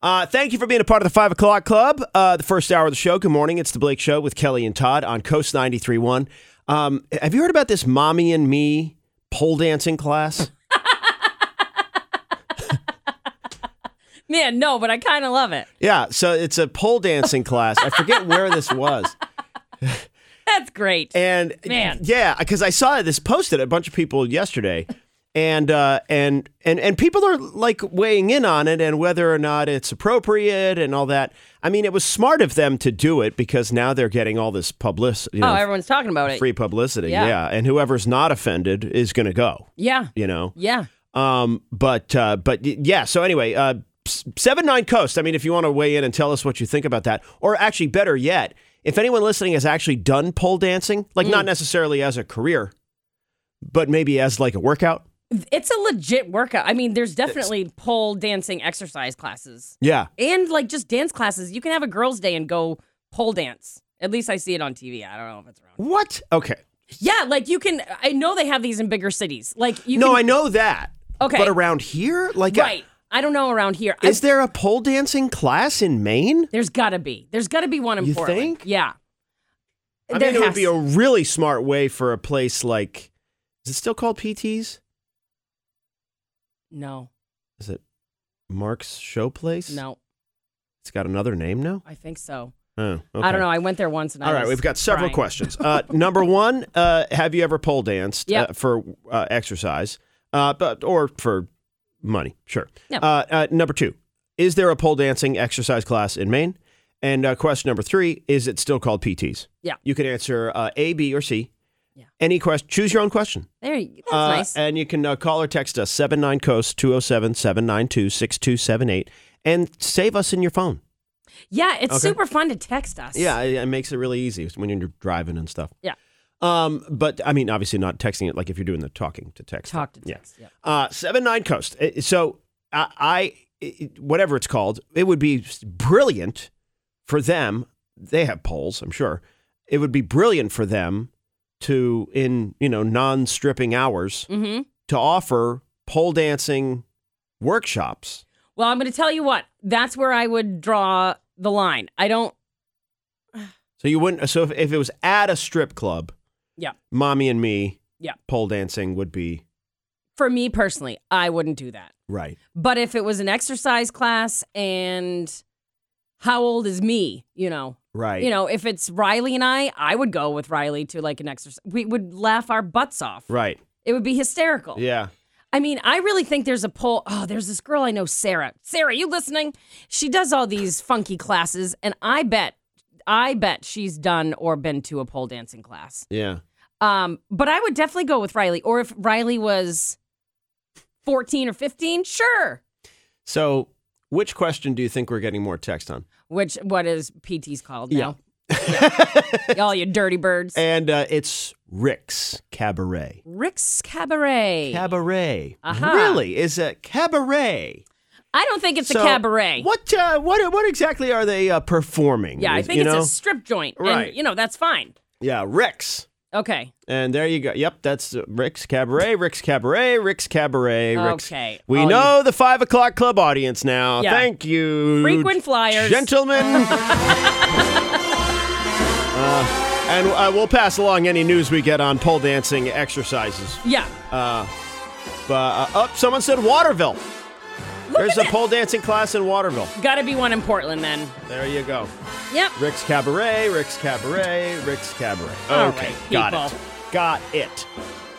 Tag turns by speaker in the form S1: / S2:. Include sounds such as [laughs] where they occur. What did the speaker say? S1: Uh, thank you for being a part of the 5 o'clock club. Uh, the first hour of the show. Good morning. It's The Blake Show with Kelly and Todd on Coast 93.1. Um, have you heard about this mommy and me pole dancing
S2: [laughs]
S1: class?
S2: Man, no, but I kind of love it.
S1: yeah, so it's a pole dancing class. I forget where this was.
S2: That's great.
S1: And
S2: [laughs] Man.
S1: yeah, because I saw this posted a bunch of people yesterday, and uh, and and and people are like weighing in on it and whether or not it's appropriate and all that. I mean, it was smart of them to do it because now they're getting all this publicity, you
S2: oh,
S1: know,
S2: everyone's talking about it.
S1: free publicity.
S2: Yeah.
S1: and whoever's not offended is going to go.
S2: Yeah.
S1: You know.
S2: Yeah.
S1: Um, but uh, but y- yeah. So anyway, uh, seven nine coast. I mean, if you want to weigh in and tell us what you think about that, or actually, better yet, if anyone listening has actually done pole dancing, like
S2: Mm.
S1: not necessarily as a career, but maybe as like a workout.
S2: It's a legit workout. I mean, there's definitely pole dancing exercise classes
S1: Yeah.
S2: and like just dance classes. You can have a girls' day and go pole dance. At least I see it on TV. I don't know if it's wrong.
S1: What? Okay.
S2: Yeah, like you can. I know they have these in bigger cities. Like you.
S1: no,
S2: can,
S1: I know that.
S2: Okay.
S1: But around here, like, uh,
S2: Right. I don't know around here. I-
S1: is there a pole dancing class in Maine?
S2: there's gotta be. There's gotta be one in
S1: You
S2: Portland.
S1: think?
S2: Yeah.
S1: I
S2: There
S1: mean, it would
S2: has
S1: be a really smart way for a place like. Is it still called PT's?
S2: no,
S1: Is it Mark's Showplace?
S2: no.
S1: It's got another name now.
S2: I think so.
S1: Oh,
S2: I don't know. I went there once and I
S1: All right,
S2: was
S1: we've got several
S2: crying.
S1: questions. Uh, number
S2: [laughs]
S1: one, uh, have you ever pole danced
S2: Yep.
S1: uh, for uh, exercise, uh, but or for money? Sure.
S2: No.
S1: Uh, uh, number two, is there a pole dancing exercise class in Maine? And uh, question number three, is it still called PTs?
S2: Yeah.
S1: You can answer uh, A, B, or C.
S2: Yeah.
S1: Any question? Choose your own question.
S2: There you That's
S1: Uh,
S2: nice.
S1: And you can uh, call or text us 79 Coast 207 792 6278 and save us in your phone.
S2: yeah, it's
S1: okay.
S2: super fun to text us.
S1: Yeah, it, it makes it really easy when you're driving and stuff.
S2: Yeah.
S1: Um, but I mean, obviously not texting it like if you're doing the talking to text.
S2: Talk to
S1: Yeah.
S2: text. Yeah.
S1: Uh, seven nine coast. Uh, So I, I it- whatever it's called, it would be brilliant for them. They have polls, I'm sure. It would be brilliant for them to, in you know, non-stripping hours,
S2: Mm-hmm.
S1: to offer pole dancing workshops.
S2: Well, I'm going to tell you what. That's where I would draw the line. I don't.
S1: So you wouldn't. So if, if it was at a strip club,
S2: Yeah.
S1: mommy and me,
S2: Yeah.
S1: pole dancing would be
S2: For me personally, I wouldn't do that.
S1: right.
S2: But if it was an exercise class and how old is me, you know,
S1: Right.
S2: you know, if it's Riley and I, I would go with Riley to like an exercise. We would laugh our butts off.
S1: Right.
S2: It would be hysterical.
S1: Yeah.
S2: I mean, I really think there's a poll. Oh, there's this girl I know, Sarah. Sarah, you listening? She does all these funky classes, and I bet, I bet she's done or been to a pole dancing class.
S1: Yeah.
S2: Um, but I would definitely go with Riley. Or if Riley was 14 or 15, sure.
S1: So which question do you think we're getting more text on?
S2: Which what is PT's called
S1: Yeah.
S2: now? all you dirty birds.
S1: And uh, it's Rick's Cabaret.
S2: Rick's Cabaret.
S1: Cabaret.
S2: Aha.
S1: Really? Is a cabaret.
S2: I don't think Uh-huh. it's
S1: So
S2: a cabaret.
S1: What uh, what what exactly are they uh, performing?
S2: Yeah, I
S1: Is-
S2: think
S1: you
S2: it's
S1: know?
S2: a strip joint.
S1: Right.
S2: And, you know, that's fine.
S1: Yeah, Rick's.
S2: Okay.
S1: And there you go. Yep, that's uh, Rick's Cabaret, Rick's Cabaret, Rick's Cabaret, Rick's.
S2: Okay.
S1: We
S2: All you-
S1: know the five o'clock club audience now.
S2: Yeah.
S1: Thank you.
S2: Frequent flyers. [laughs]
S1: Gentlemen. uh, and uh, we'll pass along any news we get on pole dancing exercises.
S2: Yeah.
S1: But, uh, oh, someone said Waterville.
S2: Look
S1: There's
S2: at
S1: a
S2: that.
S1: pole dancing class in Waterville.
S2: Gotta be one in Portland then.
S1: There you go.
S2: Yep.
S1: Rick's Cabaret, Rick's Cabaret, Rick's Cabaret.
S2: All
S1: Okay,
S2: right,
S1: got
S2: people.
S1: it. Got it.